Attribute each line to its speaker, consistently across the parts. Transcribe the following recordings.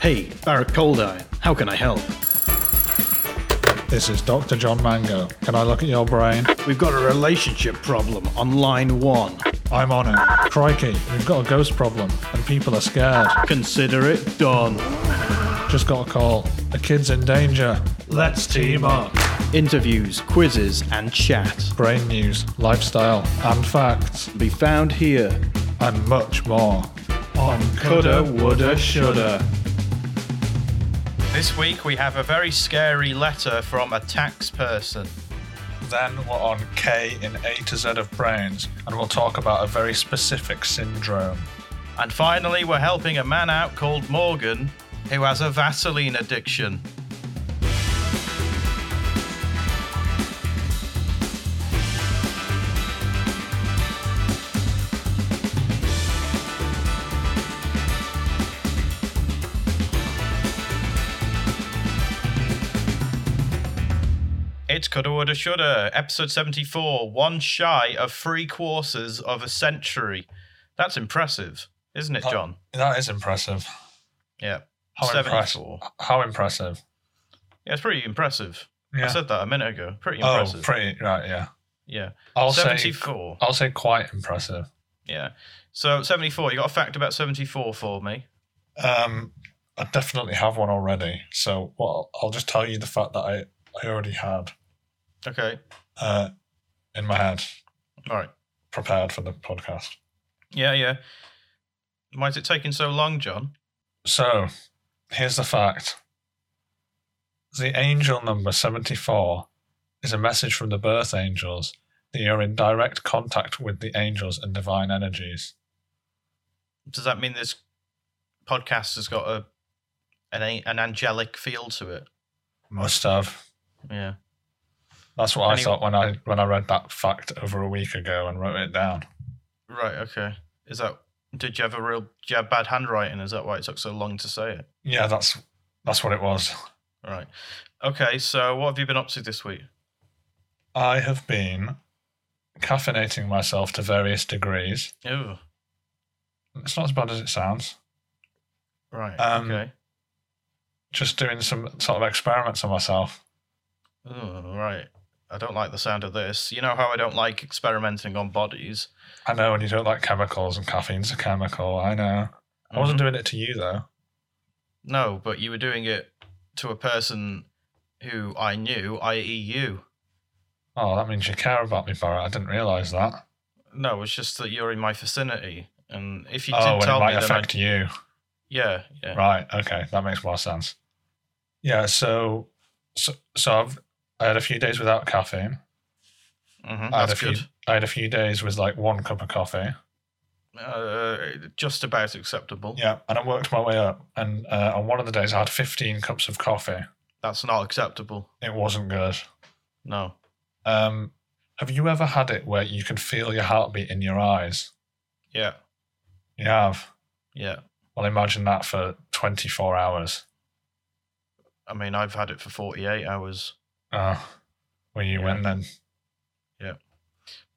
Speaker 1: Hey, Barrack Coldeye, how can I help?
Speaker 2: This is Dr. John Mango. Can I look at your brain?
Speaker 1: We've got a relationship problem on line one.
Speaker 2: I'm on it. Crikey, we've got a ghost problem, and people are scared.
Speaker 1: Consider it done.
Speaker 2: Just got a call. A kid's in danger.
Speaker 1: Let's team up. Interviews, quizzes, and chat
Speaker 2: Brain news, lifestyle, and facts,
Speaker 1: be found here
Speaker 2: and much more.
Speaker 1: on Coulda, Woulda, Shoulda.
Speaker 3: This week we have a very scary letter from a tax person.
Speaker 2: Then we're on K in A to Z of brains, and we'll talk about a very specific syndrome.
Speaker 3: And finally, we're helping a man out called Morgan who has a Vaseline addiction. It's Coulda Woulda Shoulda, episode 74, one shy of three quarters of a century. That's impressive, isn't it,
Speaker 2: Oh.
Speaker 3: John?
Speaker 2: That is impressive.
Speaker 3: Yeah.
Speaker 2: How impressive.
Speaker 3: 74.
Speaker 2: How impressive.
Speaker 3: Yeah, it's pretty impressive.
Speaker 2: Yeah.
Speaker 3: I said that a minute ago. Pretty
Speaker 2: oh,
Speaker 3: impressive.
Speaker 2: pretty right. Yeah.
Speaker 3: yeah.
Speaker 2: I'll say.
Speaker 3: 74.
Speaker 2: I'll say quite impressive.
Speaker 3: Yeah. So 74, you got a fact about 74 for me?
Speaker 2: Um, I definitely have one already. So well, I'll just tell you the fact that I, I already had
Speaker 3: Okay.
Speaker 2: uh, in my head,
Speaker 3: All right.
Speaker 2: prepared for the podcast.
Speaker 3: Yeah, yeah. Why is it taking so long, John?
Speaker 2: So here's the fact: the angel number seventy-four is a message from the birth angels that you're in direct contact with the angels and divine energies.
Speaker 3: Does that mean this podcast has got a an, a- an angelic feel to it?
Speaker 2: Must have.
Speaker 3: Yeah.
Speaker 2: That's what
Speaker 3: Any-
Speaker 2: I thought when I when I read that fact over a week ago and wrote it down.
Speaker 3: Right, okay. Is that did you have a real did you have bad handwriting? Is that why it took so long to say it?
Speaker 2: Yeah, that's that's what it was.
Speaker 3: All right. Okay, so what have you been up to this week?
Speaker 2: I have been caffeinating myself to various degrees.
Speaker 3: Ew.
Speaker 2: It's not as bad as it sounds.
Speaker 3: Right.
Speaker 2: Um,
Speaker 3: okay.
Speaker 2: Just doing some sort of experiments on myself.
Speaker 3: Oh, right. I don't like the sound of this. You know how I don't like experimenting on bodies.
Speaker 2: I know, and you don't like chemicals, and caffeine's a chemical. I know. I wasn't
Speaker 3: Mm-hmm.
Speaker 2: doing it to you though.
Speaker 3: No, but you were doing it to a person who I knew, i.e., you.
Speaker 2: Oh, that means you care about me, Barrett. I didn't realise that.
Speaker 3: No, it's just that you're in my vicinity, and if you
Speaker 2: oh,
Speaker 3: didn't
Speaker 2: and
Speaker 3: tell
Speaker 2: it
Speaker 3: me,
Speaker 2: might
Speaker 3: then
Speaker 2: affect
Speaker 3: I'd...
Speaker 2: you.
Speaker 3: yeah, yeah,
Speaker 2: Right. Okay, that makes more sense. Yeah. So, so, so I've I had a few days without caffeine.
Speaker 3: hmm
Speaker 2: I had a
Speaker 3: that's
Speaker 2: few.
Speaker 3: good.
Speaker 2: I had a few days with like one cup of coffee.
Speaker 3: Uh, just about acceptable.
Speaker 2: Yeah, and I worked my way up. And uh, on one of the days, I had 15 cups of coffee.
Speaker 3: That's not acceptable.
Speaker 2: It wasn't good.
Speaker 3: No,
Speaker 2: Um, have you ever had it where you can feel your heartbeat in your eyes?
Speaker 3: yeah,
Speaker 2: You have.
Speaker 3: yeah.
Speaker 2: Well, imagine that for 24 hours.
Speaker 3: I mean, I've had it for 48 hours,
Speaker 2: Oh, were you
Speaker 3: Yeah.
Speaker 2: in then?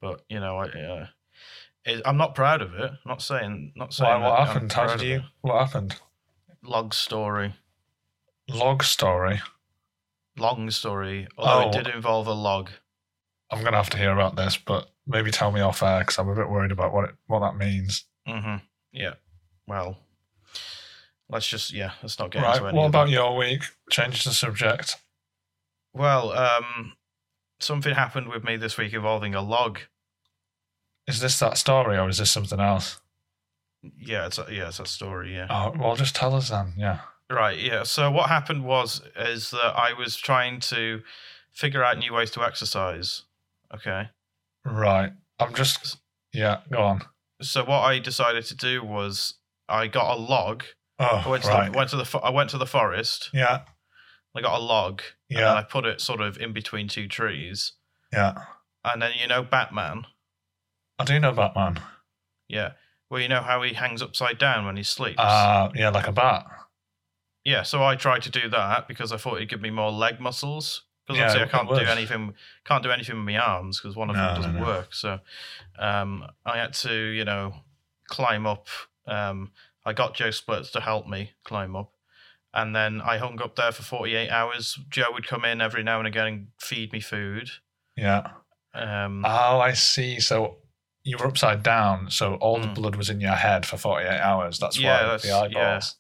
Speaker 3: but you know, I, uh, it, I'm not proud of it. not saying, not saying.
Speaker 2: Why,
Speaker 3: that
Speaker 2: what
Speaker 3: I'm
Speaker 2: happened? How
Speaker 3: proud
Speaker 2: did
Speaker 3: of
Speaker 2: you?
Speaker 3: it.
Speaker 2: What happened?
Speaker 3: Log story.
Speaker 2: Log story.
Speaker 3: long story, although
Speaker 2: Oh.
Speaker 3: it did involve a log.
Speaker 2: I'm going to have to hear about this, but maybe tell me off air because I'm a bit worried about what it, what that means.
Speaker 3: hmm Yeah. Well, let's just yeah, let's not get
Speaker 2: right.
Speaker 3: into any.
Speaker 2: What
Speaker 3: of
Speaker 2: about
Speaker 3: that.
Speaker 2: your week? Change the subject.
Speaker 3: Well, um, something happened with me this week involving a log.
Speaker 2: Is this that story or is this something else?
Speaker 3: Yeah, it's a, yeah, it's a story. Yeah.
Speaker 2: Oh, well, just tell us then. Yeah.
Speaker 3: Right. Yeah. So what happened was is that I was trying to figure out new ways to exercise. Okay.
Speaker 2: Right. I'm just. Yeah, go on.
Speaker 3: So what I decided to do was I got a log.
Speaker 2: Oh,
Speaker 3: I went to
Speaker 2: right.
Speaker 3: the, went to the fo- I went to the forest.
Speaker 2: yeah,
Speaker 3: I got a log. And then
Speaker 2: yeah,
Speaker 3: I put it sort of in between two trees.
Speaker 2: yeah.
Speaker 3: And then you know Batman,
Speaker 2: I do know Batman.
Speaker 3: yeah. Well, you know how he hangs upside down when he sleeps.
Speaker 2: Uh, yeah, like a bat.
Speaker 3: yeah, so I tried to do that because I thought it'd give me more leg muscles. Because
Speaker 2: Yeah,
Speaker 3: obviously I
Speaker 2: it
Speaker 3: can't
Speaker 2: would.
Speaker 3: do anything, can't do anything with my arms because one of
Speaker 2: No,
Speaker 3: them
Speaker 2: no,
Speaker 3: doesn't
Speaker 2: no.
Speaker 3: work. So um, I had to, you know, climb up. Um, I got Joe Splits to help me climb up, And then I hung up there for 48 hours. Joe would come in every now and again and feed me food.
Speaker 2: Yeah.
Speaker 3: Um,
Speaker 2: Oh, I see. So you were upside down, so all the
Speaker 3: Mm.
Speaker 2: blood was in your head for 48 hours. That's
Speaker 3: Yeah,
Speaker 2: why
Speaker 3: that's-
Speaker 2: the eyeballs.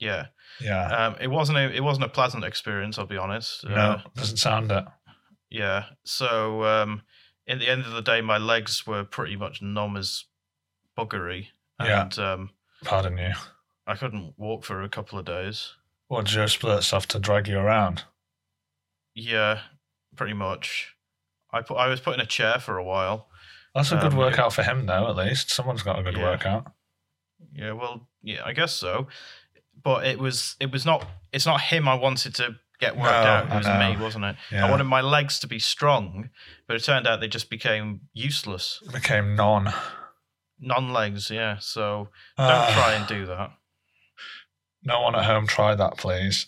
Speaker 3: yeah.
Speaker 2: Yeah.
Speaker 3: Um, it wasn't a it wasn't a pleasant experience, I'll be honest. Uh,
Speaker 2: no, doesn't sound it.
Speaker 3: yeah. So um, in the end of the day, my legs were pretty much numb as buggery,
Speaker 2: Yeah.
Speaker 3: and um,
Speaker 2: Pardon you.
Speaker 3: I couldn't walk for a couple of days.
Speaker 2: What, Joe Splurts off to drag you around?
Speaker 3: Yeah, pretty much. I put I was put in a chair for a while.
Speaker 2: That's a good
Speaker 3: Um,
Speaker 2: workout for him, though, at least. Someone's got a good
Speaker 3: Yeah.
Speaker 2: workout.
Speaker 3: Yeah, well, yeah, I guess so. But it was it was not it's not him I wanted to get worked
Speaker 2: No,
Speaker 3: out. It
Speaker 2: I
Speaker 3: was
Speaker 2: know.
Speaker 3: me, wasn't it?
Speaker 2: Yeah.
Speaker 3: I wanted my legs to be strong, but it turned out they just became useless.
Speaker 2: Became non.
Speaker 3: Non legs, yeah. So don't
Speaker 2: Ah,
Speaker 3: try and do that.
Speaker 2: No one at home, try that, please.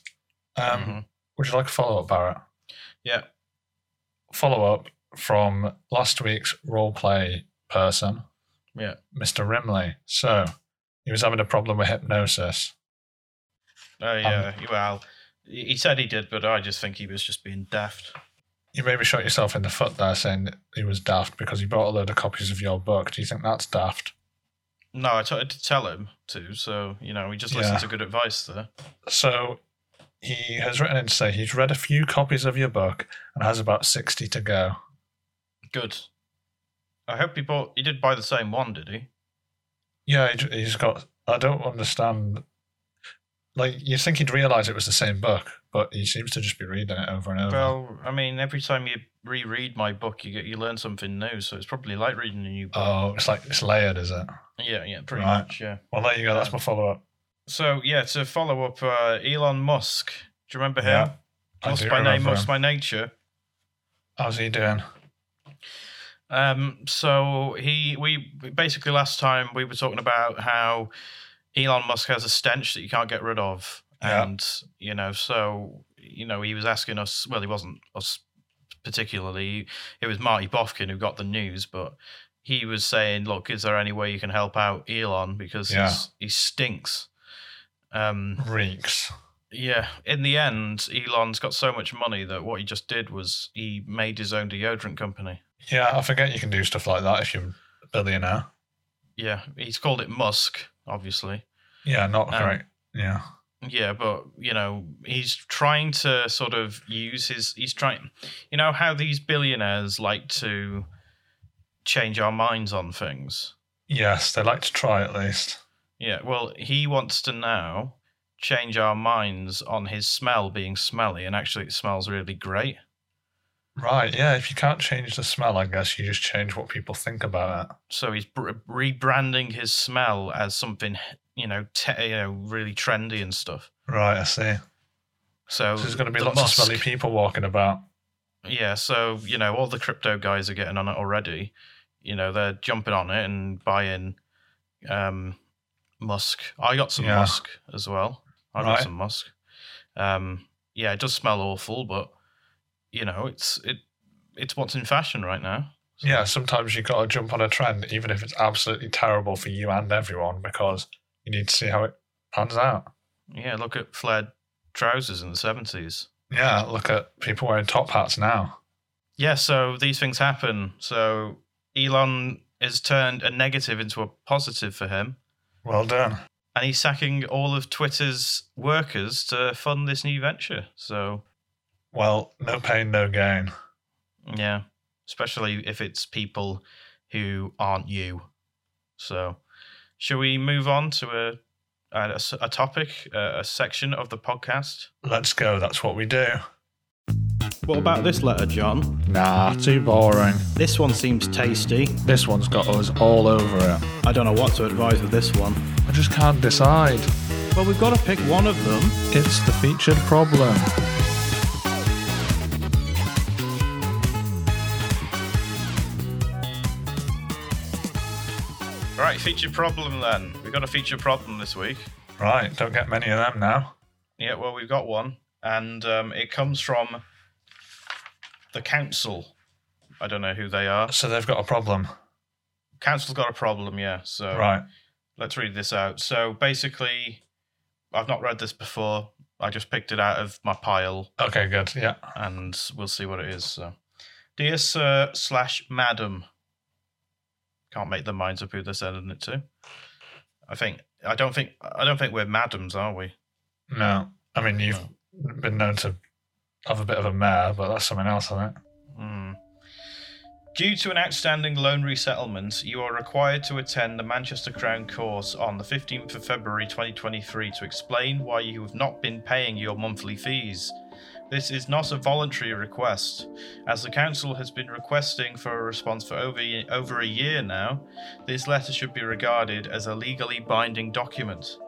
Speaker 2: Um,
Speaker 3: Mhm.
Speaker 2: Would you like a follow up, Barrett?
Speaker 3: Yeah.
Speaker 2: Follow up from last week's roleplay person.
Speaker 3: Yeah.
Speaker 2: Mr. Rimley. So he was having a problem with hypnosis.
Speaker 3: Oh
Speaker 2: Um,
Speaker 3: yeah. well, he he said he did, but I just think he was just being daft.
Speaker 2: You maybe shot yourself in the foot there saying that he was daft because he bought a load of copies of your book. Do you think that's daft?
Speaker 3: No, I tried to tell him to, so you know, he just
Speaker 2: Yeah.
Speaker 3: listened to good advice there.
Speaker 2: So he has written in to say he's read a few copies of your book and has about 60 to go.
Speaker 3: Good. I hope he bought. He did buy the same one, did he?
Speaker 2: Yeah, he j- he's got. I don't understand. Like, you'd think he'd realize it was the same book, but he seems to just be reading it over and over.
Speaker 3: Well, I mean, every time you reread my book, you get you learn something new. So it's probably like reading a new book.
Speaker 2: oh, it's like it's layered, is it?
Speaker 3: yeah, yeah, pretty
Speaker 2: Uh, right.
Speaker 3: much. Yeah.
Speaker 2: Well, there you go. That's my follow up.
Speaker 3: So yeah, to follow up, uh, Elon Musk. Do you remember him?
Speaker 2: Yeah, I
Speaker 3: Musk
Speaker 2: do
Speaker 3: by name,
Speaker 2: remember
Speaker 3: Musk
Speaker 2: him.
Speaker 3: by nature.
Speaker 2: How's he doing?
Speaker 3: Um, so he, we basically last time we were talking about how Elon Musk has a stench that you can't get rid of,
Speaker 2: Yeah.
Speaker 3: and you know, so you know, he was asking us. Well, he wasn't us particularly. It was Marty Bofkin who got the news, but he was saying, "Look, is there any way you can help out Elon because
Speaker 2: Yeah.
Speaker 3: he's, he stinks." Um,
Speaker 2: Reeks.
Speaker 3: yeah, in the end, Elon's got so much money that what he just did was he made his own deodorant company.
Speaker 2: Yeah, I forget you can do stuff like that if you're a billionaire.
Speaker 3: Yeah, he's called it Musk, obviously.
Speaker 2: Yeah, not
Speaker 3: Um,
Speaker 2: great. Yeah.
Speaker 3: Yeah, but you know, he's trying to sort of use his he's trying you know how these billionaires like to change our minds on things.
Speaker 2: Yes, they like to try at least.
Speaker 3: Yeah, well, he wants to now change our minds on his smell being smelly and actually it smells really great.
Speaker 2: Right. Yeah. If you can't change the smell, I guess you just change what people think about it.
Speaker 3: So he's br- rebranding his smell as something, you know, te- you know, really trendy and stuff.
Speaker 2: Right. I see.
Speaker 3: So
Speaker 2: So there's going to be
Speaker 3: Oh, the
Speaker 2: lots of
Speaker 3: Musk-
Speaker 2: smelly people walking about.
Speaker 3: Yeah, so you know, all the crypto guys are getting on it already. You know, they're jumping on it and buying um Musk. I got some
Speaker 2: Yeah.
Speaker 3: Musk as well. I got
Speaker 2: Right.
Speaker 3: some Musk. Um yeah, it does smell awful, but you know, it's it it's what's in fashion right now. So-
Speaker 2: Yeah, sometimes you got to jump on a trend, even if it's absolutely terrible for you and everyone, because you need to see how it pans out.
Speaker 3: Yeah, look at flared trousers in the seventies.
Speaker 2: Yeah, look at people wearing top hats now.
Speaker 3: Yeah, so these things happen. So Elon has turned a negative into a positive for him.
Speaker 2: Well done.
Speaker 3: and he's sacking all of Twitter's workers to fund this new venture. So
Speaker 2: Well, no pain, no gain.
Speaker 3: yeah, especially if it's people who aren't you. So shall we move on to a a, a topic, a, a section of the podcast?
Speaker 2: Let's go. That's what we do.
Speaker 1: What about this letter, John?
Speaker 2: Nah, too boring.
Speaker 1: This one seems tasty.
Speaker 2: This one's got us all over it.
Speaker 1: I don't know what to advise with this one.
Speaker 2: I just can't decide.
Speaker 1: Well, we've got to pick one of them.
Speaker 2: It's the featured problem.
Speaker 3: Right, feature problem then. We've got a feature problem this week.
Speaker 2: Right, don't get many of them now.
Speaker 3: Yeah, well, we've got one, and um, it comes from the council. I don't know who they are.
Speaker 2: So they've got a problem.
Speaker 3: Council's got a problem, yeah. So
Speaker 2: Right.
Speaker 3: let's read this out. So basically, I've not read this before. I just picked it out of my pile
Speaker 2: Okay, good. Yeah.
Speaker 3: and we'll see what it is. So, dear sir slash madam, can't make the minds up who they're sending it to. I think I don't think I don't think we're madams, are we?
Speaker 2: No, I mean you've been known to have a bit of a mare, but that's something else, isn't it?
Speaker 3: Hmm. Due to an outstanding loan resettlement, you are required to attend the Manchester Crown Court on the 15th of February 2023 to explain why you have not been paying your monthly fees. This is not a voluntary request, as the council has been requesting for a response for over, over a year now. This letter should be regarded as a legally binding document.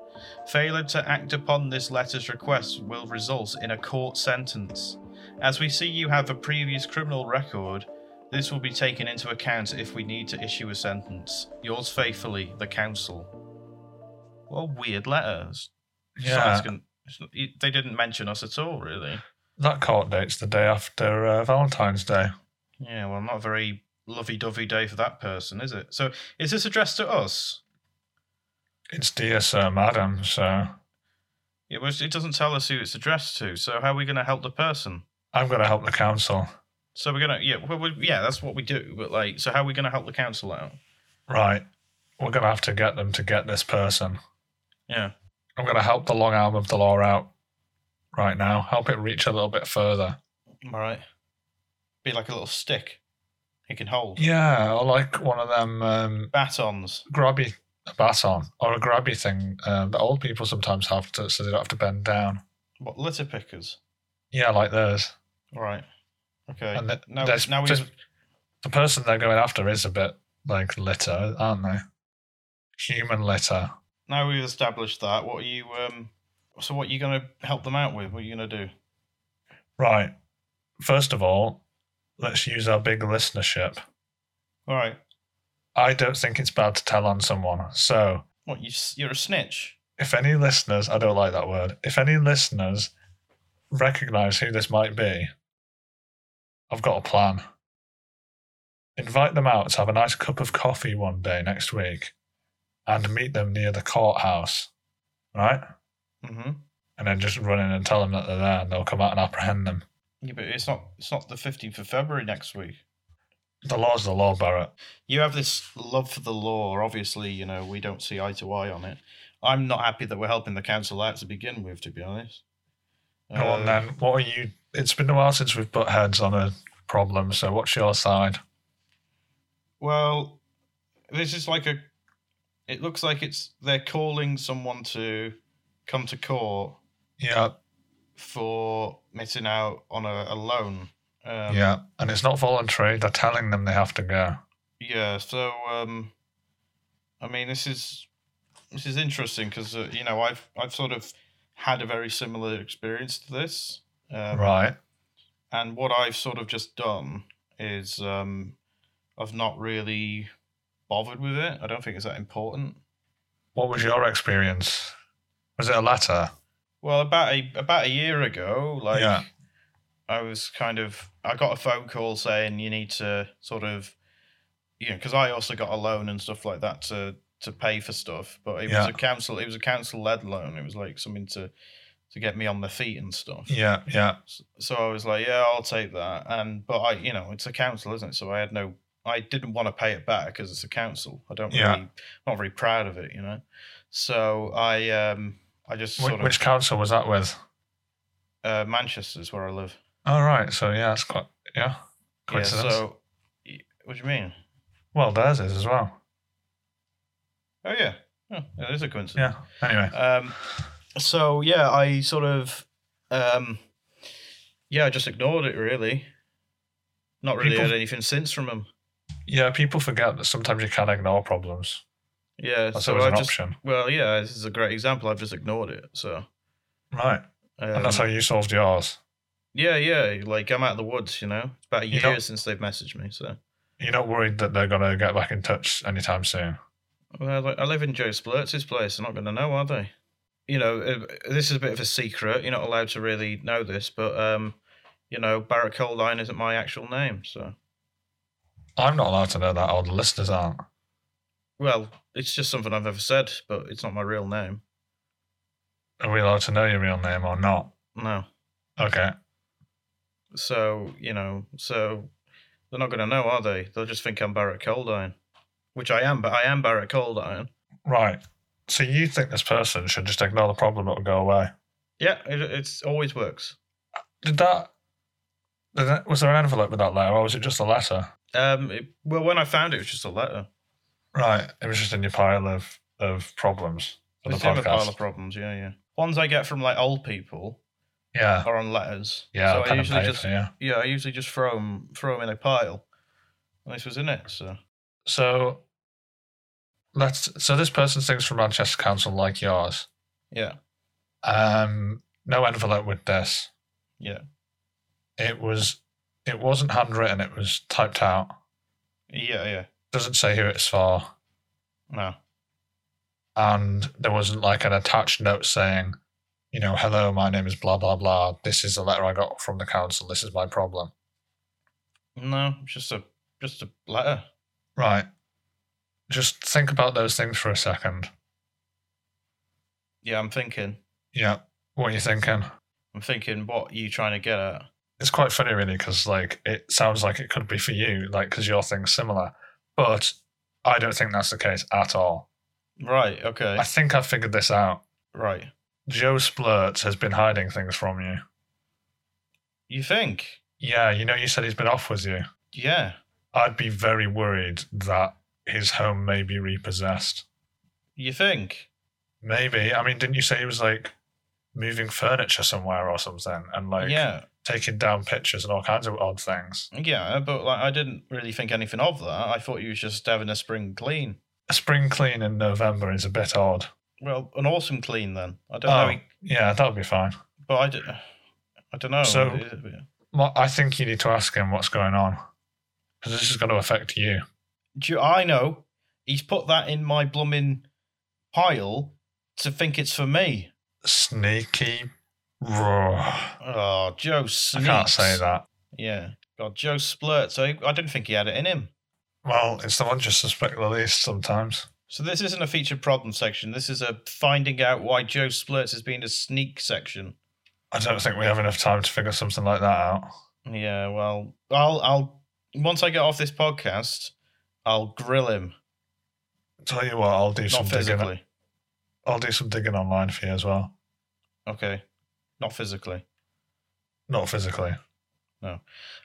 Speaker 3: Failure to act upon this letter's request will result in a court sentence. As we see you have a previous criminal record, this will be taken into account if we need to issue a sentence. Yours faithfully, the Council. What a weird letters.
Speaker 2: Yeah.
Speaker 3: they didn't mention us at all, really.
Speaker 2: That court date's the day after uh, Valentine's Day.
Speaker 3: Yeah, well, not a very lovey dovey day for that person, is it? So, is this addressed to us?
Speaker 2: It's dear sir, madam. So
Speaker 3: It, was, it doesn't tell us who it's addressed to, so how are we going to help the person?
Speaker 2: I'm going to help the council.
Speaker 3: So, we're going to, yeah, well, we, yeah, that's what we do, but like, so how are we going to help the Council out?
Speaker 2: Right, we're going to have to get them to get this person.
Speaker 3: Yeah.
Speaker 2: I'm going to help the long arm of the law out right now. Help it reach a little bit further.
Speaker 3: All right. Be like a little stick he can hold.
Speaker 2: Yeah, or like one of them um,
Speaker 3: Batons.
Speaker 2: grabby a baton or a grabby thing um, that old people sometimes have to, so they don't have to bend down.
Speaker 3: What litter pickers?
Speaker 2: Yeah, like those.
Speaker 3: All right. Okay.
Speaker 2: And th-
Speaker 3: now,
Speaker 2: there's
Speaker 3: now we
Speaker 2: just- the person they're going after is a bit like litter, aren't they? Human litter.
Speaker 3: now we've established that. What are you um? So what are you gonna help them out with? What are you gonna do?
Speaker 2: Right. First of all, let's use our big listenership.
Speaker 3: All right.
Speaker 2: I don't think it's bad to tell on someone. So,
Speaker 3: What you? s- You're a snitch.
Speaker 2: if any listeners, I don't like that word, if any listeners recognize who this might be, I've got a plan. Invite them out to have a nice cup of coffee one day next week and meet them near the courthouse. Right?
Speaker 3: Mm-hmm.
Speaker 2: and then just run in and tell them that they're there and they'll come out and apprehend them.
Speaker 3: Yeah, but it's not. It's not the fifteenth of February next week.
Speaker 2: The law's the law, Barrett.
Speaker 3: You have this love for the law. Obviously, you know we don't see eye to eye on it. I'm not happy that we're helping the council out to begin with. To be honest.
Speaker 2: Go on
Speaker 3: Uh,
Speaker 2: then. What are you? It's been a while since we've butt heads on a problem, so what's your side?
Speaker 3: Well, this is like a. It looks like it's they're calling someone to come to court
Speaker 2: Yeah,
Speaker 3: for missing out on a, a loan. Um,
Speaker 2: yeah. And it's not voluntary. They're telling them they have to go.
Speaker 3: Yeah. So, um, I mean, this is this is interesting because uh, you know I've I've sort of had a very similar experience to this. Um,
Speaker 2: Right.
Speaker 3: and what I've sort of just done is um, I've not really bothered with it. I don't think it's that important.
Speaker 2: What was your experience? Was it a letter?
Speaker 3: Well, about a about a year ago, like
Speaker 2: Yeah.
Speaker 3: I was kind of I got a phone call saying you need to sort of you know because I also got a loan and stuff like that to to pay for stuff, but it
Speaker 2: Yeah.
Speaker 3: was a council it was a council led loan. It was like something to to get me on my feet and stuff.
Speaker 2: Yeah, yeah,
Speaker 3: S- So I was like, yeah, I'll take that. And but I, you know, it's a council, isn't it? So I had no, I didn't want to pay it back because it's a council. I don't
Speaker 2: Yeah.
Speaker 3: really, not very proud of it, you know. So I, um, I just
Speaker 2: Wh-
Speaker 3: sort of
Speaker 2: Which council was that with?
Speaker 3: uh, Manchester's where I live.
Speaker 2: All right. So yeah, that's quite yeah.
Speaker 3: Yeah.
Speaker 2: Coincidence.
Speaker 3: So y- what do you mean?
Speaker 2: well, theirs is as well.
Speaker 3: Oh yeah, oh, it is a coincidence.
Speaker 2: Yeah. Anyway.
Speaker 3: Um, so yeah, I sort of, um, yeah, I just ignored it really. Not really
Speaker 2: People-
Speaker 3: had anything since from him.
Speaker 2: Yeah, people forget that sometimes you can ignore problems.
Speaker 3: Yeah,
Speaker 2: That's
Speaker 3: so
Speaker 2: always
Speaker 3: I
Speaker 2: an
Speaker 3: just
Speaker 2: option.
Speaker 3: well, yeah, this is a great example. I've just ignored it. So
Speaker 2: Right.
Speaker 3: um,
Speaker 2: and that's how you solved yours.
Speaker 3: yeah, yeah, like I'm out of the woods. You know, it's about a
Speaker 2: You
Speaker 3: year
Speaker 2: don't-
Speaker 3: since they've messaged me. So
Speaker 2: You're not worried that they're going to get back in touch anytime soon.
Speaker 3: well, I- I live in Joe Splurts' place. They're not going to know, are they? You know, uh, this is a bit of a secret. You're not allowed to really know this, but um, you know, Barrett Coldine isn't my actual name. So
Speaker 2: I'm not allowed to know that, or the listeners aren't.
Speaker 3: well, it's just something I've ever said, but it's not my real name.
Speaker 2: Are we allowed to know your real name or not?
Speaker 3: No.
Speaker 2: Okay.
Speaker 3: So, you know, so they're not going to know, are they? They'll just think I'm Barrett Coldine, which I am, but I am Barrett Coldine.
Speaker 2: Right. So you think this person should just ignore the problem and go away?
Speaker 3: Yeah, it it's, always works.
Speaker 2: Did that? Did that was there an envelope with that letter, or was it just a letter?
Speaker 3: Um, it- well, when I found it, it was just a letter.
Speaker 2: Right. It was just in your pile of of problems for
Speaker 3: It's
Speaker 2: the
Speaker 3: in a pile
Speaker 2: podcast.
Speaker 3: of problems, yeah, yeah. Ones I get from like old people
Speaker 2: yeah.
Speaker 3: are on letters.
Speaker 2: Yeah.
Speaker 3: so I
Speaker 2: pen and
Speaker 3: usually
Speaker 2: paper,
Speaker 3: just
Speaker 2: yeah.
Speaker 3: yeah, I usually just throw them throw 'em in a pile. And this was in it, so
Speaker 2: So let's. So this person sings from Manchester Council like yours.
Speaker 3: yeah,
Speaker 2: Um, no envelope with this.
Speaker 3: yeah,
Speaker 2: It was. It wasn't handwritten. It was typed out.
Speaker 3: yeah, yeah.
Speaker 2: Doesn't say who it's for.
Speaker 3: No,
Speaker 2: and there wasn't like an attached note saying, you know, hello, my name is blah blah blah. This is the letter I got from the council. This is my problem.
Speaker 3: no, it's just a just a letter.
Speaker 2: Right. Just think about those things for a second.
Speaker 3: Yeah, I'm thinking,
Speaker 2: Yeah. What are you thinking?
Speaker 3: I'm thinking, what are you trying to get at?
Speaker 2: It's quite funny, really, because like it sounds like it could be for you, like because your thing's similar, but I don't think that's the case at all.
Speaker 3: Right, okay,
Speaker 2: I think I've figured this out.
Speaker 3: right.
Speaker 2: Joe Splurts has been hiding things from you.
Speaker 3: You think?
Speaker 2: Yeah, you know, you said he's been off with you.
Speaker 3: Yeah,
Speaker 2: I'd be very worried that his home may be repossessed.
Speaker 3: you think?
Speaker 2: Maybe. I mean, didn't you say he was like moving furniture somewhere or something and like
Speaker 3: yeah,
Speaker 2: taking down pictures and all kinds of odd things?
Speaker 3: yeah, but like I didn't really think anything of that. I thought you was just having a spring clean.
Speaker 2: A spring clean in November is a bit odd.
Speaker 3: Well, an awesome clean then. I don't
Speaker 2: Oh,
Speaker 3: know,
Speaker 2: yeah, that would be fine.
Speaker 3: but I, d- I don't know.
Speaker 2: So- Well, I think you need to ask him what's going on because this is going to affect you.
Speaker 3: do you- I know he's put that in my blooming pile to think it's for me.
Speaker 2: Sneaky. Raw.
Speaker 3: Oh, Joe
Speaker 2: I
Speaker 3: Sneaks.
Speaker 2: can't say that.
Speaker 3: Yeah. God, Joe Splurt. So I didn't think he had it in him.
Speaker 2: Well, it's the one you suspect the least sometimes.
Speaker 3: So this isn't a featured problem section. This is a finding out why Joe Splurts has been a sneak section.
Speaker 2: I don't think we have enough time to figure something like that out.
Speaker 3: Yeah, well, I'll I'll once I get off this podcast, I'll grill him.
Speaker 2: Tell you what, I'll do some
Speaker 3: Not
Speaker 2: digging.
Speaker 3: physically.
Speaker 2: I'll do some digging online for you as well.
Speaker 3: Okay. Not physically.
Speaker 2: Not physically.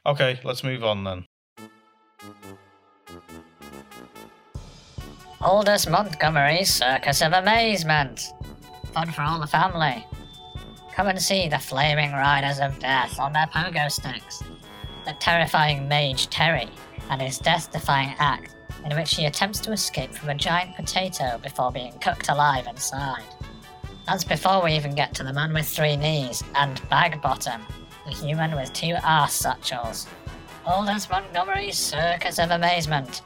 Speaker 3: Okay, let's move on then.
Speaker 4: Aldous Montgomery's Circus of Amazement. Fun for all the family. Come and see the flaming riders of death on their pogo sticks. The terrifying mage Terry and his death defying act, in which he attempts to escape from a giant potato before being cooked alive inside. That's before we even get to the man with three knees and Bag Bottom, the human with two arse satchels. Aldous Montgomery's Circus of Amazement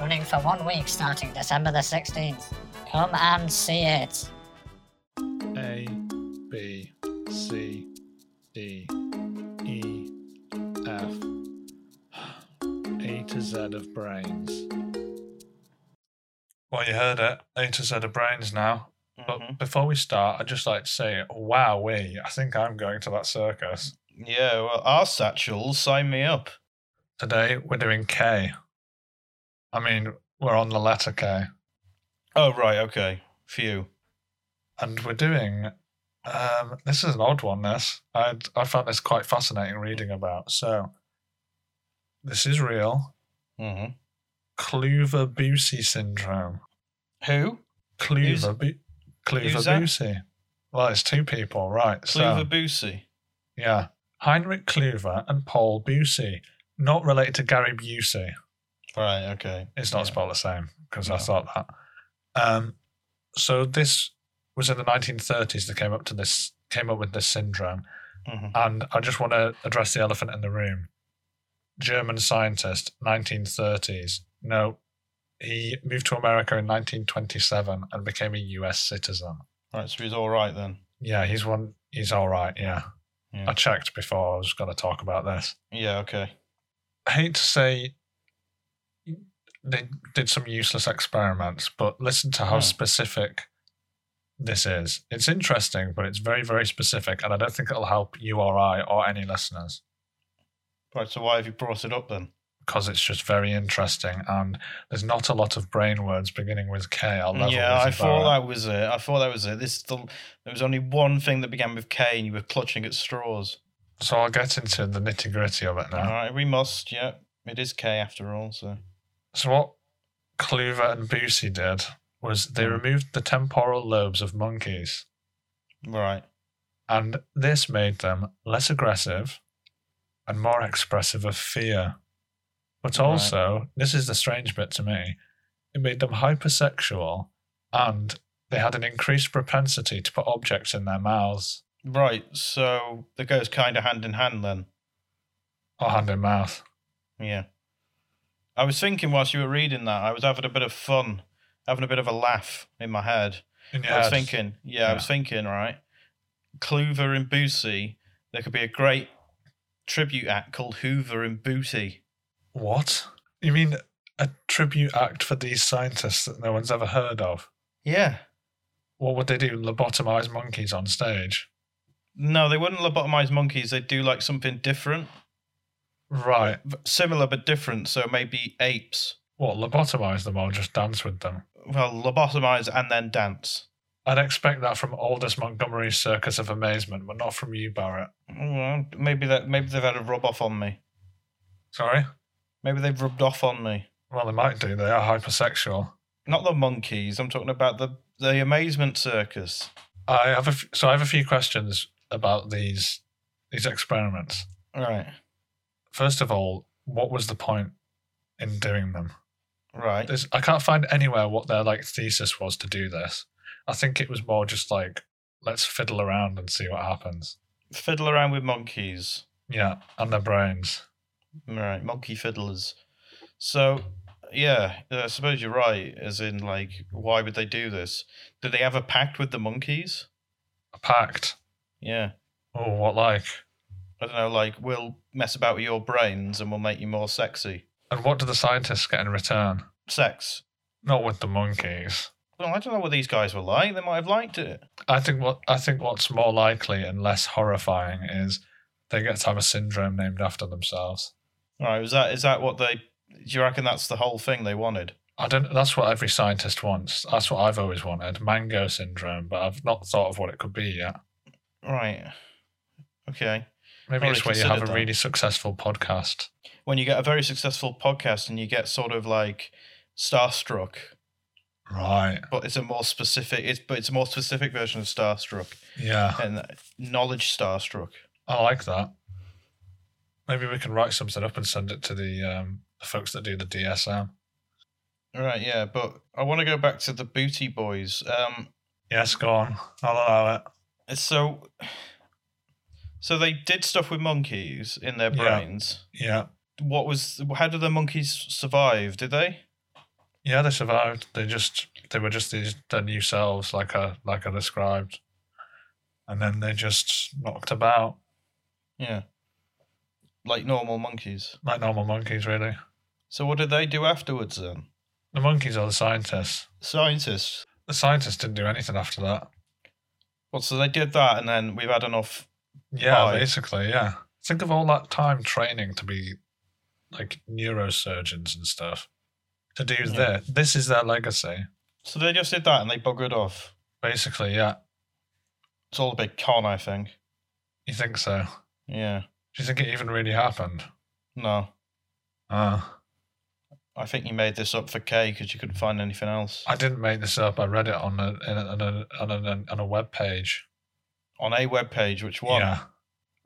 Speaker 4: running for one week starting December the 16th. Come and see it.
Speaker 1: A, B, C, D, E, F. A to Z of brains.
Speaker 2: Well, you heard it. A to Z of brains now.
Speaker 3: Mhm.
Speaker 1: Mm-hmm.
Speaker 2: But before we start, I'd just like to say, wow, we. I think I'm going to that circus.
Speaker 3: Yeah, well, our satchels sign me up.
Speaker 2: Today, we're doing K. I mean, we're on the letter K.
Speaker 3: Oh right, okay. Phew.
Speaker 2: And we're doing. Um, this is an odd one, this. I'd, I found this quite fascinating reading about. So, this is real.
Speaker 3: Mm-hmm.
Speaker 2: Kluver-Bucy syndrome.
Speaker 3: Who? Who's-
Speaker 2: Kluver, Bu- Kluver
Speaker 3: who's that?
Speaker 2: Bucy. Well, it's two people, right?
Speaker 3: Clover
Speaker 2: So,
Speaker 3: Boosie.
Speaker 2: yeah, Heinrich Kluver and Paul Bucy, not related to Gary Busey.
Speaker 3: Right, okay.
Speaker 2: It's not
Speaker 3: Yeah.
Speaker 2: spelled the same because I
Speaker 3: No.
Speaker 2: thought that. Um, so this was in the 1930s. They came up to this, came up with this syndrome,
Speaker 3: Mhm.
Speaker 2: and I just want to address the elephant in the room. German scientist, 1930s. No, he moved to America in 1927 and became a U.S. citizen.
Speaker 3: Right, so he's all right then.
Speaker 2: Yeah, he's one. He's all right. Yeah.
Speaker 3: Yeah.
Speaker 2: I checked before I was going to talk about this.
Speaker 3: Yeah, okay.
Speaker 2: I hate to say they did some useless experiments, but listen to how
Speaker 3: Hmm.
Speaker 2: specific this is. It's interesting, but it's very, very specific, and I don't think it'll help you or I or any listeners
Speaker 3: Right, so why have you brought it up then?
Speaker 2: because it's just very interesting, and there's not a lot of brain words beginning with K. I'll level
Speaker 3: Yeah,
Speaker 2: with
Speaker 3: I
Speaker 2: you
Speaker 3: thought
Speaker 2: there.
Speaker 3: that was it. I thought that was it. This the, there was only one thing that began with K, and you were clutching at straws.
Speaker 2: So I'll get into the nitty gritty of it now.
Speaker 3: All right, we must. Yeah, it is K after all. So
Speaker 2: So what Kluver and Boosie did was they
Speaker 3: Hmm.
Speaker 2: removed the temporal lobes of monkeys,
Speaker 3: right,
Speaker 2: and this made them less aggressive and more expressive of fear. But
Speaker 3: Right.
Speaker 2: also, this is the strange bit to me, it made them hypersexual and they had an increased propensity to put objects in their mouths
Speaker 3: right. So that goes kind of hand in hand then.
Speaker 2: or hand in mouth.
Speaker 3: Yeah. I was thinking whilst you were reading that, I was having a bit of fun, having a bit of a laugh in my head.
Speaker 2: In your
Speaker 3: I was
Speaker 2: head.
Speaker 3: thinking, yeah, I was
Speaker 2: Yeah.
Speaker 3: thinking, right? Kluver and Boosie, there could be a great tribute act called Hoover and Booty.
Speaker 2: What? You mean a tribute act for these scientists that no one's ever heard of?
Speaker 3: Yeah.
Speaker 2: What would they do? Lobotomize monkeys on stage?
Speaker 3: No, they wouldn't lobotomize monkeys. They'd do like something different,
Speaker 2: Right.
Speaker 3: v- similar but different. So maybe apes.
Speaker 2: What, lobotomize them or just dance with them?
Speaker 3: Well, lobotomize and then dance.
Speaker 2: I'd expect that from Aldous Montgomery's Circus of Amazement, but not from you, Barrett.
Speaker 3: Well, Mm, maybe that. Maybe they've had a rub off on me.
Speaker 2: Sorry?
Speaker 3: Maybe they've rubbed off on me.
Speaker 2: Well, they might do. They are hypersexual.
Speaker 3: Not the monkeys. I'm talking about the the amazement circus.
Speaker 2: I have a f- so I have a few questions about these these experiments.
Speaker 3: Right.
Speaker 2: First of all, what was the point in doing them?
Speaker 3: Right.
Speaker 2: There's, I can't find anywhere what their like thesis was to do this. I think it was more just like let's fiddle around and see what happens.
Speaker 3: Fiddle around with monkeys.
Speaker 2: Yeah, and their brains.
Speaker 3: Right, monkey fiddlers. So, yeah, uh, I suppose you're right. As in, like, why would they do this? Did they have a pact with the monkeys?
Speaker 2: A pact.
Speaker 3: Yeah,
Speaker 2: Oh, what like?
Speaker 3: I don't know. Like, we'll mess about with your brains and we'll make you more sexy.
Speaker 2: And what do the scientists get in return?
Speaker 3: Sex.
Speaker 2: Not with the monkeys.
Speaker 3: Well, I don't know what these guys were like. They might have liked it.
Speaker 2: I think what I think what's more likely and less horrifying is they get to have a syndrome named after themselves.
Speaker 3: All right, was that is that what they? Do you reckon that's the whole thing they wanted?
Speaker 2: I don't. That's what every scientist wants. That's what I've always wanted. Mango syndrome, but I've not thought of what it could be yet.
Speaker 3: Right. Okay.
Speaker 2: Maybe
Speaker 3: Well,
Speaker 2: it's
Speaker 3: they
Speaker 2: where you have a
Speaker 3: considered that.
Speaker 2: really successful podcast.
Speaker 3: When you get a very successful podcast and you get sort of like starstruck,
Speaker 2: Right.
Speaker 3: but it's a more specific. It's but it's a more specific version of starstruck.
Speaker 2: Yeah.
Speaker 3: and knowledge starstruck.
Speaker 2: I like that. Maybe we can write something up and send it to the um, the folks that do the DSM.
Speaker 3: Right, yeah, but I want to go back to the Booty Boys. Um,
Speaker 2: Yes, go on. I'll allow it.
Speaker 3: so, so they did stuff with monkeys in their
Speaker 2: Yeah.
Speaker 3: brains.
Speaker 2: Yeah.
Speaker 3: What was? How did the monkeys survive? Did they?
Speaker 2: Yeah, they survived. They just they were just these their new selves, like I like I described, and then they just knocked about
Speaker 3: Yeah, like normal monkeys.
Speaker 2: like normal monkeys, really.
Speaker 3: So what did they do afterwards then?
Speaker 2: The monkeys are the scientists.
Speaker 3: Scientists.
Speaker 2: The scientists didn't do anything after that.
Speaker 3: Well, so they did that, and then we've had enough.
Speaker 2: Yeah,
Speaker 3: Right.
Speaker 2: basically, yeah. Think of all that time training to be like neurosurgeons and stuff. To do
Speaker 3: Yeah.
Speaker 2: this, this is their legacy.
Speaker 3: So they just did that, and they buggered off.
Speaker 2: Basically, yeah.
Speaker 3: It's all a big con, I think.
Speaker 2: You think so?
Speaker 3: Yeah.
Speaker 2: Do you think it even really happened?
Speaker 3: No,
Speaker 2: Ah,
Speaker 3: I think you made this up for K because you couldn't find anything else.
Speaker 2: I didn't make this up. I read it on a in a, on a, on a, on a web page.
Speaker 3: on a web page, which one?
Speaker 2: Yeah.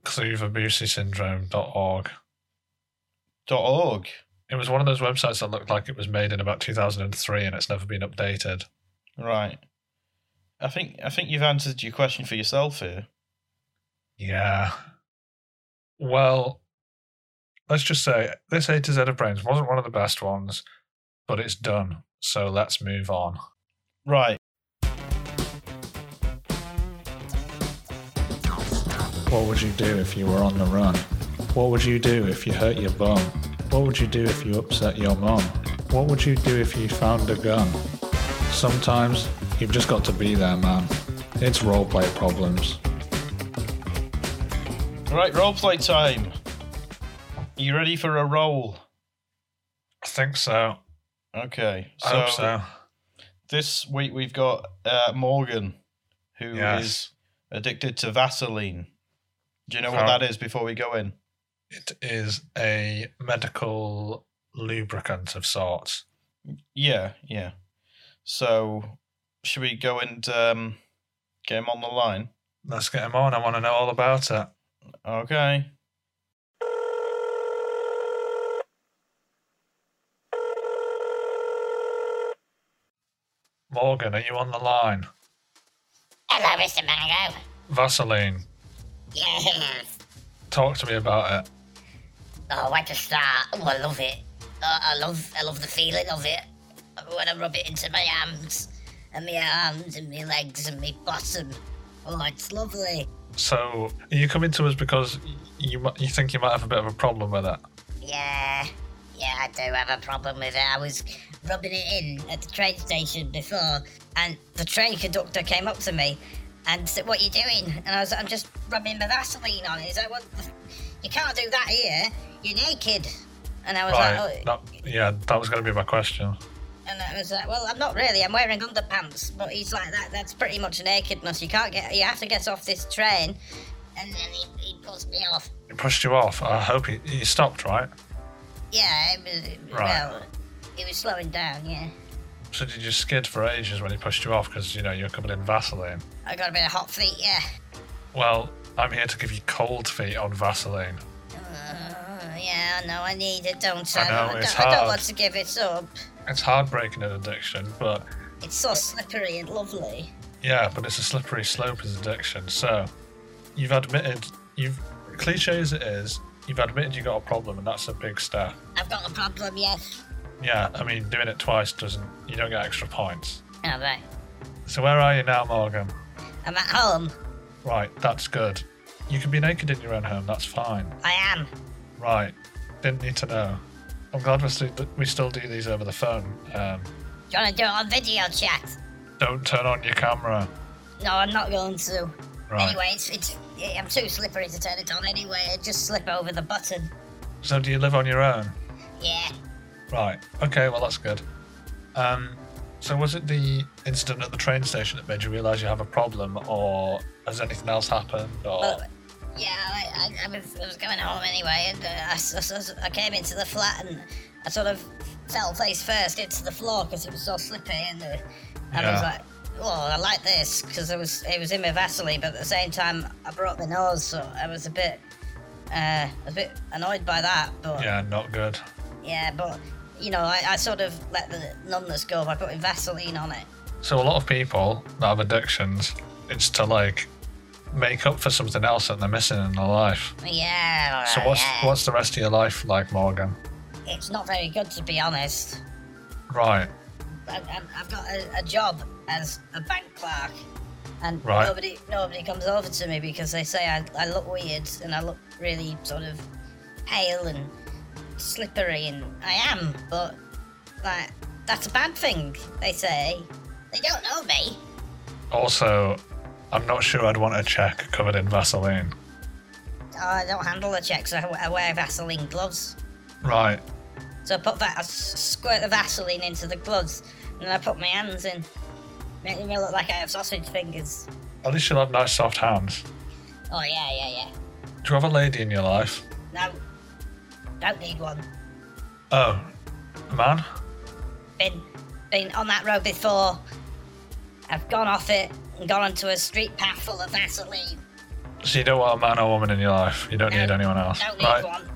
Speaker 2: CluverBuseySyndrome.org.
Speaker 3: Dot .org.
Speaker 2: It was one of those websites that looked like it was made in about 2003 and it's never been updated.
Speaker 3: Right. I think I think you've answered your question for yourself here.
Speaker 2: Yeah. Well, let's just say this A to Z of Brains wasn't one of the best ones, but it's done. So let's move on.
Speaker 3: Right.
Speaker 2: What would you do if you were on the run? What would you do if you hurt your bum? What would you do if you upset your mum? What would you do if you found a gun? Sometimes you've just got to be there, man. It's roleplay problems.
Speaker 3: Right, roleplay time. You ready for a roll?
Speaker 2: I think so.
Speaker 3: Okay.
Speaker 2: I hope so.
Speaker 3: this week we've got uh, Morgan, who is
Speaker 2: Yes.
Speaker 3: addicted to Vaseline. Do you know
Speaker 2: Oh.
Speaker 3: what that is before we go in?
Speaker 2: It is a medical lubricant of sorts.
Speaker 3: Yeah, yeah. So, should we go and um, get him on the line?
Speaker 2: Let's get him on. I want to know all about it.
Speaker 3: Okay.
Speaker 2: Morgan, are you on the line?
Speaker 5: Hello, Mr. Mango.
Speaker 2: Vaseline,
Speaker 5: Yes.
Speaker 2: talk to me about it.
Speaker 5: Oh, where to start? Oh, I love it. Oh, I love, I love the feeling of it when I rub it into my hands and my arms and my legs and my bottom. Oh, it's lovely.
Speaker 2: So, are you coming to us because y- you mi- you think you might have a bit of a problem with it?
Speaker 5: Yeah, yeah, I do have a problem with it. I was rubbing it in at the train station before, and the train conductor came up to me and said, "What are you doing?" And I was, "I'm just rubbing the Vaseline on it." He's like, "What? the f- You can't do that here. You're naked." And I was like, oh,
Speaker 2: that, yeah, that was going to be my question.
Speaker 5: and I was like, "Well, I'm not really. I'm wearing underpants." But he's like, "That, that's pretty much nakedness. You can't get. You have to get off this train." And then he, he pulls me off.
Speaker 2: He pushed you off. I hope he, he stopped, right?
Speaker 5: Yeah, it was.
Speaker 2: Right.
Speaker 5: Well, it was slowing down. Yeah.
Speaker 2: So did you skid for ages when he pushed you off because you know you're covered in Vaseline?
Speaker 5: I got a bit of hot feet, yeah.
Speaker 2: Well, I'm here to give you cold feet on Vaseline.
Speaker 5: Uh, yeah, I know, I need it, don't I?
Speaker 2: I know,
Speaker 5: don't,
Speaker 2: it's
Speaker 5: I don't
Speaker 2: hard.
Speaker 5: want to give it up.
Speaker 2: It's heartbreaking an addiction, but
Speaker 5: It's so slippery and lovely.
Speaker 2: Yeah, but it's a slippery slope as addiction. So you've admitted you've cliche as it is, you've admitted you got a problem and that's a big step.
Speaker 5: I've got a problem, yes.
Speaker 2: Yeah, I mean doing it twice doesn't you don't get extra points.
Speaker 5: All right.
Speaker 2: So where are you now, Morgan?
Speaker 5: I'm at home.
Speaker 2: Right, that's good. You can be naked in your own home, that's fine.
Speaker 5: I am.
Speaker 2: Right. Didn't need to know. I'm glad we still, we still do these over the phone. Um,
Speaker 5: Do you want to do it on video chat?
Speaker 2: don't turn on your camera.
Speaker 5: No, I'm not going to.
Speaker 2: Right.
Speaker 5: Anyway, it's, it's I'm too slippery to turn it on anyway. It'd just slip over the button.
Speaker 2: So do you live on your own?
Speaker 5: Yeah.
Speaker 2: Right. Okay. Well, that's good. Um, so was it the incident at the train station that made you realise you have a problem, or has anything else happened? Or
Speaker 5: Well, yeah, I, I, I, was, I was coming home anyway, and uh, I, s- I s- I came into the flat and I sort of fell face first into the floor because it was so slippery, and, uh, and I was
Speaker 2: Yeah.
Speaker 5: like, "Oh, I like this," because it was it was in my Vaseline, but at the same time, I broke my nose, so I was a bit, uh, I was a bit annoyed by that, but yeah,
Speaker 2: yeah, not good.
Speaker 5: but. You know, I, I sort of let the numbness go by putting Vaseline on it.
Speaker 2: So a lot of people that have addictions, it's to like make up for something else that they're missing in their life.
Speaker 5: Yeah.
Speaker 2: So what's
Speaker 5: Oh, yeah.
Speaker 2: what's the rest of your life like, Morgan?
Speaker 5: It's not very good, to be honest.
Speaker 2: Right.
Speaker 5: I, I, I've got a, a job as a bank clerk, and
Speaker 2: Right.
Speaker 5: nobody nobody comes over to me because they say I, I look weird and I look really sort of pale and slippery, and I am, but like that's a bad thing. They say they don't know me.
Speaker 2: Also, I'm not sure I'd want a check covered in Vaseline.
Speaker 5: I don't handle the checks. I, I wear Vaseline gloves.
Speaker 2: Right.
Speaker 5: So I put that, I s- squirt the Vaseline into the gloves, and then I put my hands in, making me look like I have sausage fingers.
Speaker 2: At least you'll have nice soft hands.
Speaker 5: Oh yeah, yeah, yeah.
Speaker 2: Do you have a lady in your life?
Speaker 5: No. Don't need one.
Speaker 2: Oh, a man.
Speaker 5: Been been on that road before. I've gone off it and gone onto a street path full of Vaseline.
Speaker 2: So you don't want a man or woman in your life. You don't
Speaker 5: No,
Speaker 2: need anyone else.
Speaker 5: Don't need one.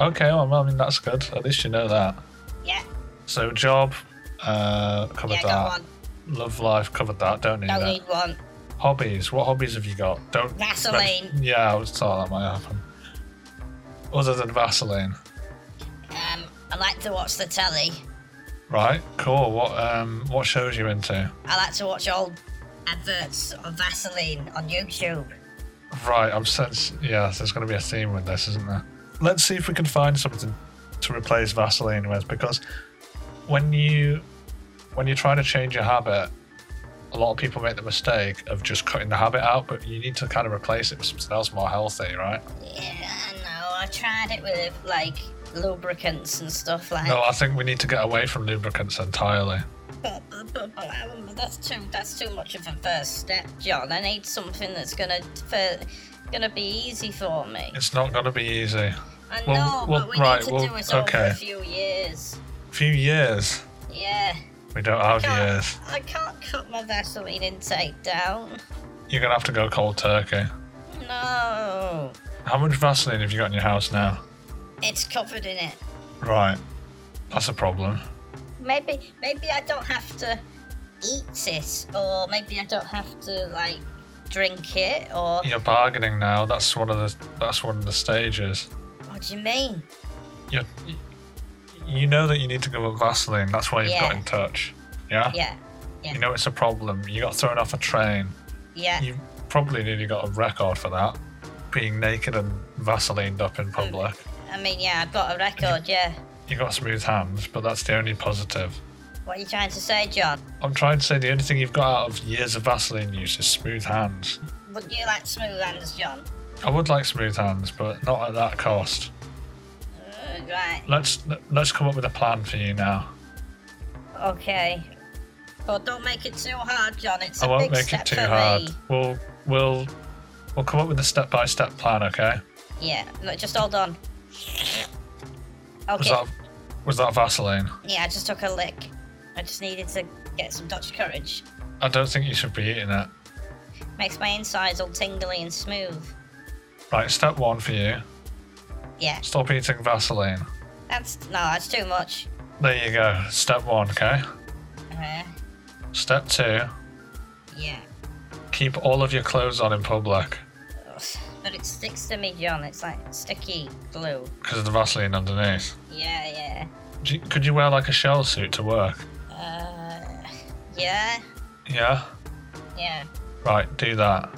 Speaker 2: Okay. Well, I mean that's good. At least you know that.
Speaker 5: Yeah,
Speaker 2: So job, uh, covered
Speaker 5: yeah, got
Speaker 2: that.
Speaker 5: one.
Speaker 2: Love life, covered that. Don't need
Speaker 5: Don't
Speaker 2: that.
Speaker 5: need one.
Speaker 2: Hobbies. What hobbies have you got? Don't.
Speaker 5: Vaseline.
Speaker 2: yeah, I was thought that might happen. Other than Vaseline,
Speaker 5: Um, I like to watch the telly.
Speaker 2: right? Cool. What um what shows you into?
Speaker 5: I like to watch old adverts of Vaseline on YouTube.
Speaker 2: Right. I'm sense. Yeah, there's going to be a theme with this, isn't there? Let's see if we can find something to replace Vaseline with because when you when you try to change a habit, a lot of people make the mistake of just cutting the habit out, but you need to kind of replace it with something else more healthy, right?
Speaker 5: Yeah, I know. I tried it with like lubricants and stuff like.
Speaker 2: No, I think we need to get away from lubricants entirely.
Speaker 5: But, but, but, but um, that's too. That's too much of a first step, John. I need something that's gonna fir- gonna be easy for me.
Speaker 2: It's not going to be easy.
Speaker 5: I
Speaker 2: well,
Speaker 5: know,
Speaker 2: well,
Speaker 5: but we
Speaker 2: right,
Speaker 5: need to
Speaker 2: well,
Speaker 5: do it over
Speaker 2: okay.
Speaker 5: a few years.
Speaker 2: Few years.
Speaker 5: Yeah.
Speaker 2: We don't have
Speaker 5: Can't-
Speaker 2: years.
Speaker 5: I can't cut my Vaseline intake down.
Speaker 2: You're going to have to go cold turkey.
Speaker 5: No.
Speaker 2: How much Vaseline have you got in your house now?
Speaker 5: It's covered in it.
Speaker 2: Right. That's a problem.
Speaker 5: Maybe maybe I don't have to eat it or maybe I don't have to like drink it or
Speaker 2: You're bargaining now. That's one of the that's one of the stages.
Speaker 5: what do you mean?
Speaker 2: You you know that you need to go with Vaseline. That's why you've got
Speaker 5: Yeah.
Speaker 2: in touch. Yeah?
Speaker 5: Yeah. yeah.
Speaker 2: You know it's a problem. You got thrown off a train.
Speaker 5: Yeah.
Speaker 2: You probably nearly got a record for that. Being naked and Vaselined up in public.
Speaker 5: I mean yeah, I've got a record, yeah.
Speaker 2: You got smooth hands, but that's the only positive.
Speaker 5: What are you trying to say, John?
Speaker 2: I'm trying to say the only thing you've got out of years of Vaseline use is smooth hands.
Speaker 5: Would you like smooth hands, John?
Speaker 2: I would like smooth hands, but not at that cost.
Speaker 5: Uh, right.
Speaker 2: Let's let's come up with a plan for you now.
Speaker 5: Okay. But don't make it too hard, John. It's
Speaker 2: I
Speaker 5: a
Speaker 2: won't
Speaker 5: big
Speaker 2: make
Speaker 5: step
Speaker 2: it too
Speaker 5: for
Speaker 2: hard.
Speaker 5: me.
Speaker 2: We'll we'll we'll come up with a step by step plan, okay?
Speaker 5: Yeah. Look, just hold on.
Speaker 2: Was
Speaker 5: Okay.
Speaker 2: that was that Vaseline?
Speaker 5: Yeah, I just took a lick. I just needed to get some Dutch courage.
Speaker 2: I don't think you should be eating it.
Speaker 5: Makes my insides all tingly and smooth.
Speaker 2: Right, step one for you.
Speaker 5: Yeah,
Speaker 2: Stop eating Vaseline.
Speaker 5: that's no, that's too much.
Speaker 2: There you go. Step one, okay?
Speaker 5: Uh,
Speaker 2: Step two,
Speaker 5: yeah,
Speaker 2: keep all of your clothes on in public
Speaker 5: Ugh, but it sticks to me, John. It's like sticky glue.
Speaker 2: because of the Vaseline underneath.
Speaker 5: Yeah,
Speaker 2: Do you- Could you wear like a shell suit to work?
Speaker 5: yeah. Uh, yeah,
Speaker 2: Yeah.
Speaker 5: yeah.
Speaker 2: Right, do that.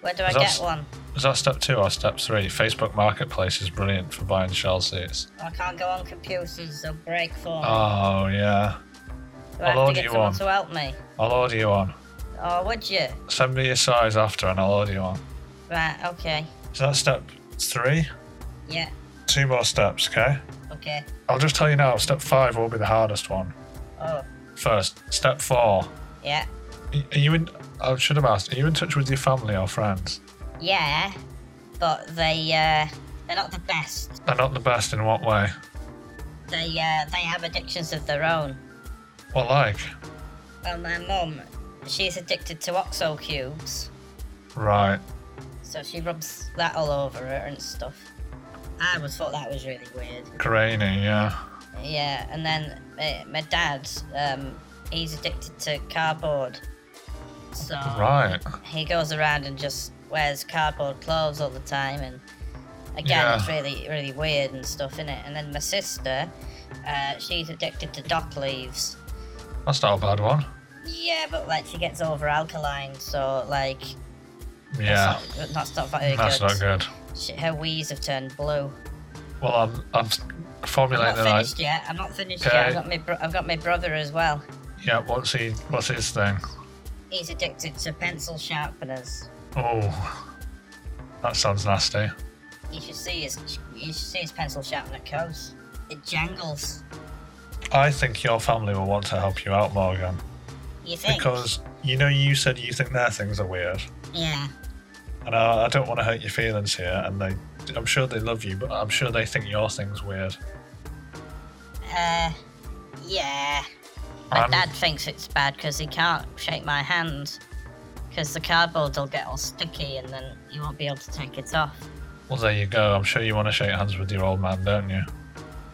Speaker 5: Where do I
Speaker 2: That's-
Speaker 5: get one?
Speaker 2: Is that step two or step three? Facebook Marketplace is brilliant for buying shell suits.
Speaker 5: I can't go on computers. They'll break for me.
Speaker 2: Oh yeah.
Speaker 5: do
Speaker 2: I'll
Speaker 5: I have to
Speaker 2: order
Speaker 5: get
Speaker 2: you
Speaker 5: someone
Speaker 2: one.
Speaker 5: to help me?
Speaker 2: I'll order you one.
Speaker 5: Oh, would you?
Speaker 2: Send me your size after and I'll order you one.
Speaker 5: Right. Okay.
Speaker 2: So that's step three.
Speaker 5: Yeah.
Speaker 2: Two more steps, okay?
Speaker 5: Okay.
Speaker 2: I'll just tell you now, step five will be the hardest one.
Speaker 5: Oh,
Speaker 2: First, step four.
Speaker 5: yeah.
Speaker 2: Y- Are you in I should have asked, are you in touch with your family or friends?
Speaker 5: Yeah, but they uh, they're not the best.
Speaker 2: They're not the best in what way?
Speaker 5: They uh, they have addictions of their own.
Speaker 2: What like?
Speaker 5: Well, my mum, she's addicted to oxo cubes,
Speaker 2: Right.
Speaker 5: so she rubs that all over her and stuff. I always thought that was really weird.
Speaker 2: Grainy, yeah.
Speaker 5: Yeah, and then uh, my dad, um, he's addicted to cardboard, so
Speaker 2: Right.
Speaker 5: he goes around and just wears cardboard clothes all the time and again
Speaker 2: Yeah.
Speaker 5: it's really really weird and stuff in it and then my sister uh, she's addicted to dock leaves
Speaker 2: That's not a bad one.
Speaker 5: yeah but like she gets over alkaline so like
Speaker 2: Yeah.
Speaker 5: that's not, that's not very
Speaker 2: That's
Speaker 5: good,
Speaker 2: not good.
Speaker 5: She, her wheeze have turned blue
Speaker 2: Well, I'm, I'm
Speaker 5: I'm
Speaker 2: formulating
Speaker 5: not
Speaker 2: an idea.
Speaker 5: finished yet I'm not finished
Speaker 2: Okay.
Speaker 5: yet I've got, my bro- I've got my brother as well
Speaker 2: Yeah, what's he? What's his thing?
Speaker 5: he's addicted to pencil sharpeners
Speaker 2: Oh, that sounds nasty.
Speaker 5: you should see his you should see his pencil sharpener coat it jangles
Speaker 2: I think your family will want to help you out, Morgan,
Speaker 5: you think
Speaker 2: because you know you said you think their things are weird,
Speaker 5: yeah
Speaker 2: and I, I don't want to hurt your feelings here. And they, I'm sure they love you, but I'm sure they think your thing's weird.
Speaker 5: Uh, yeah. My
Speaker 2: I'm,
Speaker 5: dad thinks it's bad because he can't shake my hand. Because the cardboard will get all sticky and then you won't be able to take it off.
Speaker 2: well, there you go. I'm sure you want to shake hands with your old man, don't you?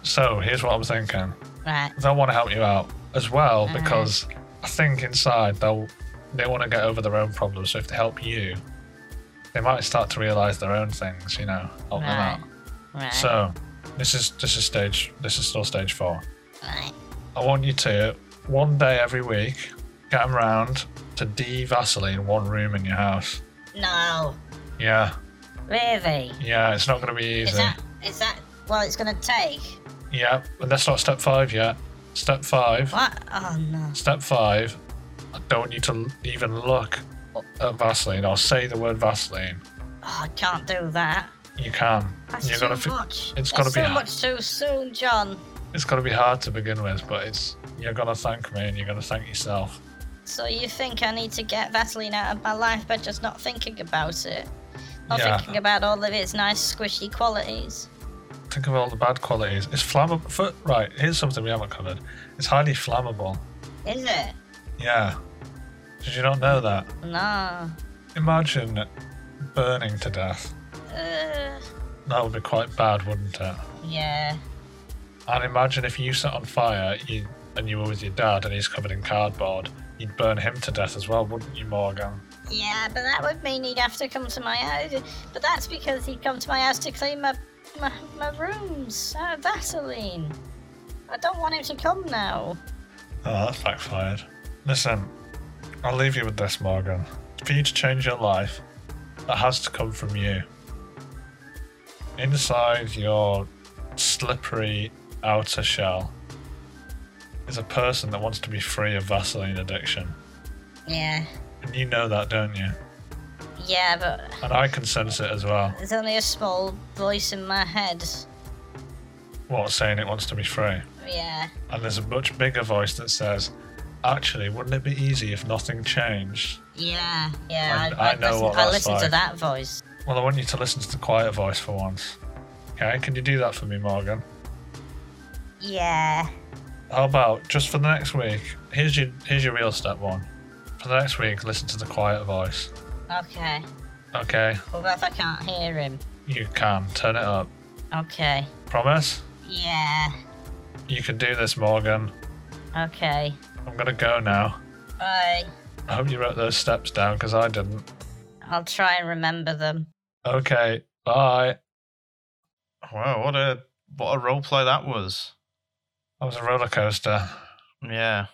Speaker 2: So here's what I'm thinking.
Speaker 5: Right.
Speaker 2: They'll want to help you out as well
Speaker 5: Mhm.
Speaker 2: because I think inside they'll they want to get over their own problems. So if they help you, they might start to realize their own things. You know, help them out.
Speaker 5: Right. Right.
Speaker 2: Oh, So this is this is stage this is still stage four.
Speaker 5: right.
Speaker 2: I want you to one day every week get them round to de Vaseline one room in your house.
Speaker 5: No.
Speaker 2: Yeah,
Speaker 5: Really?
Speaker 2: yeah, it's not going to be easy.
Speaker 5: Is that. Is that. Well, it's gonna take.
Speaker 2: Yeah, and that's not step five yet. Step five,
Speaker 5: What? Oh no.
Speaker 2: step five. I don't don't need to even look at Vaseline or say the word Vaseline.
Speaker 5: Oh, I can't do that.
Speaker 2: You can.
Speaker 5: That's
Speaker 2: You're
Speaker 5: too
Speaker 2: gonna. Fi-
Speaker 5: much.
Speaker 2: it's
Speaker 5: That's
Speaker 2: gonna be
Speaker 5: so
Speaker 2: hard.
Speaker 5: much too soon, John.
Speaker 2: it's gonna be hard to begin with, but it's. You're gonna thank me, and you're gonna thank yourself.
Speaker 5: So you think I need to get Vaseline out of my life by just not thinking about it? Not
Speaker 2: Yeah.
Speaker 5: thinking about all of its nice squishy qualities.
Speaker 2: Think of all the bad qualities. It's flammable. right, here's something we haven't covered. It's highly flammable.
Speaker 5: Is it?
Speaker 2: Yeah. Did you not know that?
Speaker 5: No.
Speaker 2: Imagine burning to death.
Speaker 5: Uh,
Speaker 2: That would be quite bad, wouldn't it?
Speaker 5: yeah.
Speaker 2: And imagine if you set on fire you, and you were with your dad and he's covered in cardboard, you'd burn him to death as well, wouldn't you, Morgan?
Speaker 5: Yeah, but that would mean he'd have to come to my house. But that's because he'd come to my house to clean my my, my rooms out of Vaseline. I don't want him to come now.
Speaker 2: Oh, that's backfired. Listen, I'll leave you with this, Morgan. For you to change your life, that has to come from you. Inside your slippery outer shell is a person that wants to be free of Vaseline addiction.
Speaker 5: Yeah.
Speaker 2: And you know that, don't you?
Speaker 5: Yeah, but
Speaker 2: And I can sense it as well.
Speaker 5: there's only a small voice in my head.
Speaker 2: What, saying it wants to be free?
Speaker 5: Yeah.
Speaker 2: And there's a much bigger voice that says, actually, wouldn't it be easy if nothing changed?
Speaker 5: Yeah, yeah.
Speaker 2: I- I know
Speaker 5: listen,
Speaker 2: what
Speaker 5: I
Speaker 2: that's
Speaker 5: listen to
Speaker 2: like.
Speaker 5: that voice.
Speaker 2: Well, I want you to listen to the quiet voice for once. Okay, can you do that for me, Morgan?
Speaker 5: Yeah.
Speaker 2: How about just for the next week? Here's your here's your real step one. For the next week, listen to the quiet voice.
Speaker 5: Okay.
Speaker 2: Okay,
Speaker 5: Well, if I can't hear him.
Speaker 2: you can turn it up.
Speaker 5: Okay.
Speaker 2: Promise?
Speaker 5: Yeah.
Speaker 2: You can do this, Morgan.
Speaker 5: Okay.
Speaker 2: I'm gonna go now.
Speaker 5: Bye.
Speaker 2: I hope you wrote those steps down because I didn't.
Speaker 5: I'll try and remember them.
Speaker 2: Okay, bye.
Speaker 3: Wow, what a what a role play that was.
Speaker 2: That was a roller coaster.
Speaker 3: Yeah.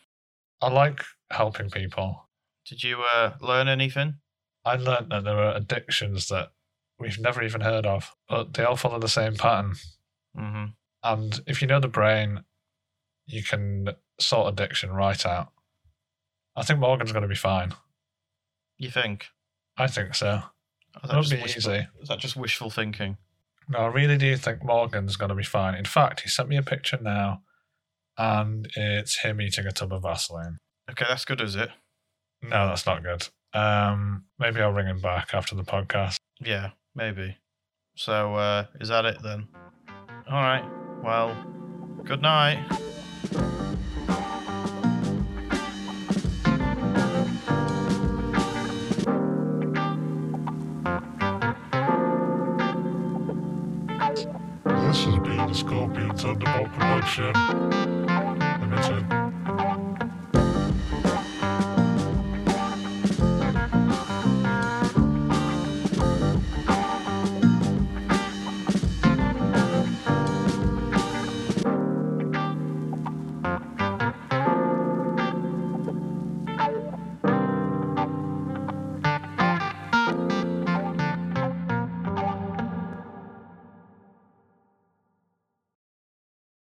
Speaker 2: I like helping people.
Speaker 3: Did you uh, learn anything?
Speaker 2: I learned that there are addictions that we've never even heard of, but they all follow the same pattern.
Speaker 3: hmm
Speaker 2: And if you know the brain, you can sort addiction right out. I think Morgan's going to be fine.
Speaker 3: You think?
Speaker 2: I think so.
Speaker 3: Is that,
Speaker 2: It'll
Speaker 3: just
Speaker 2: be
Speaker 3: wishful,
Speaker 2: easy.
Speaker 3: is that just wishful thinking?
Speaker 2: No, I really do think Morgan's going to be fine. In fact, he sent me a picture now, and it's him eating a tub of Vaseline.
Speaker 3: Okay, that's good, is it?
Speaker 2: No, that's not good. Um, maybe I'll ring him back after the podcast.
Speaker 3: Yeah, maybe. So uh, is that it then? All right. Well, good night.
Speaker 6: This has been a Scorpion Thunderbolt production. Limited.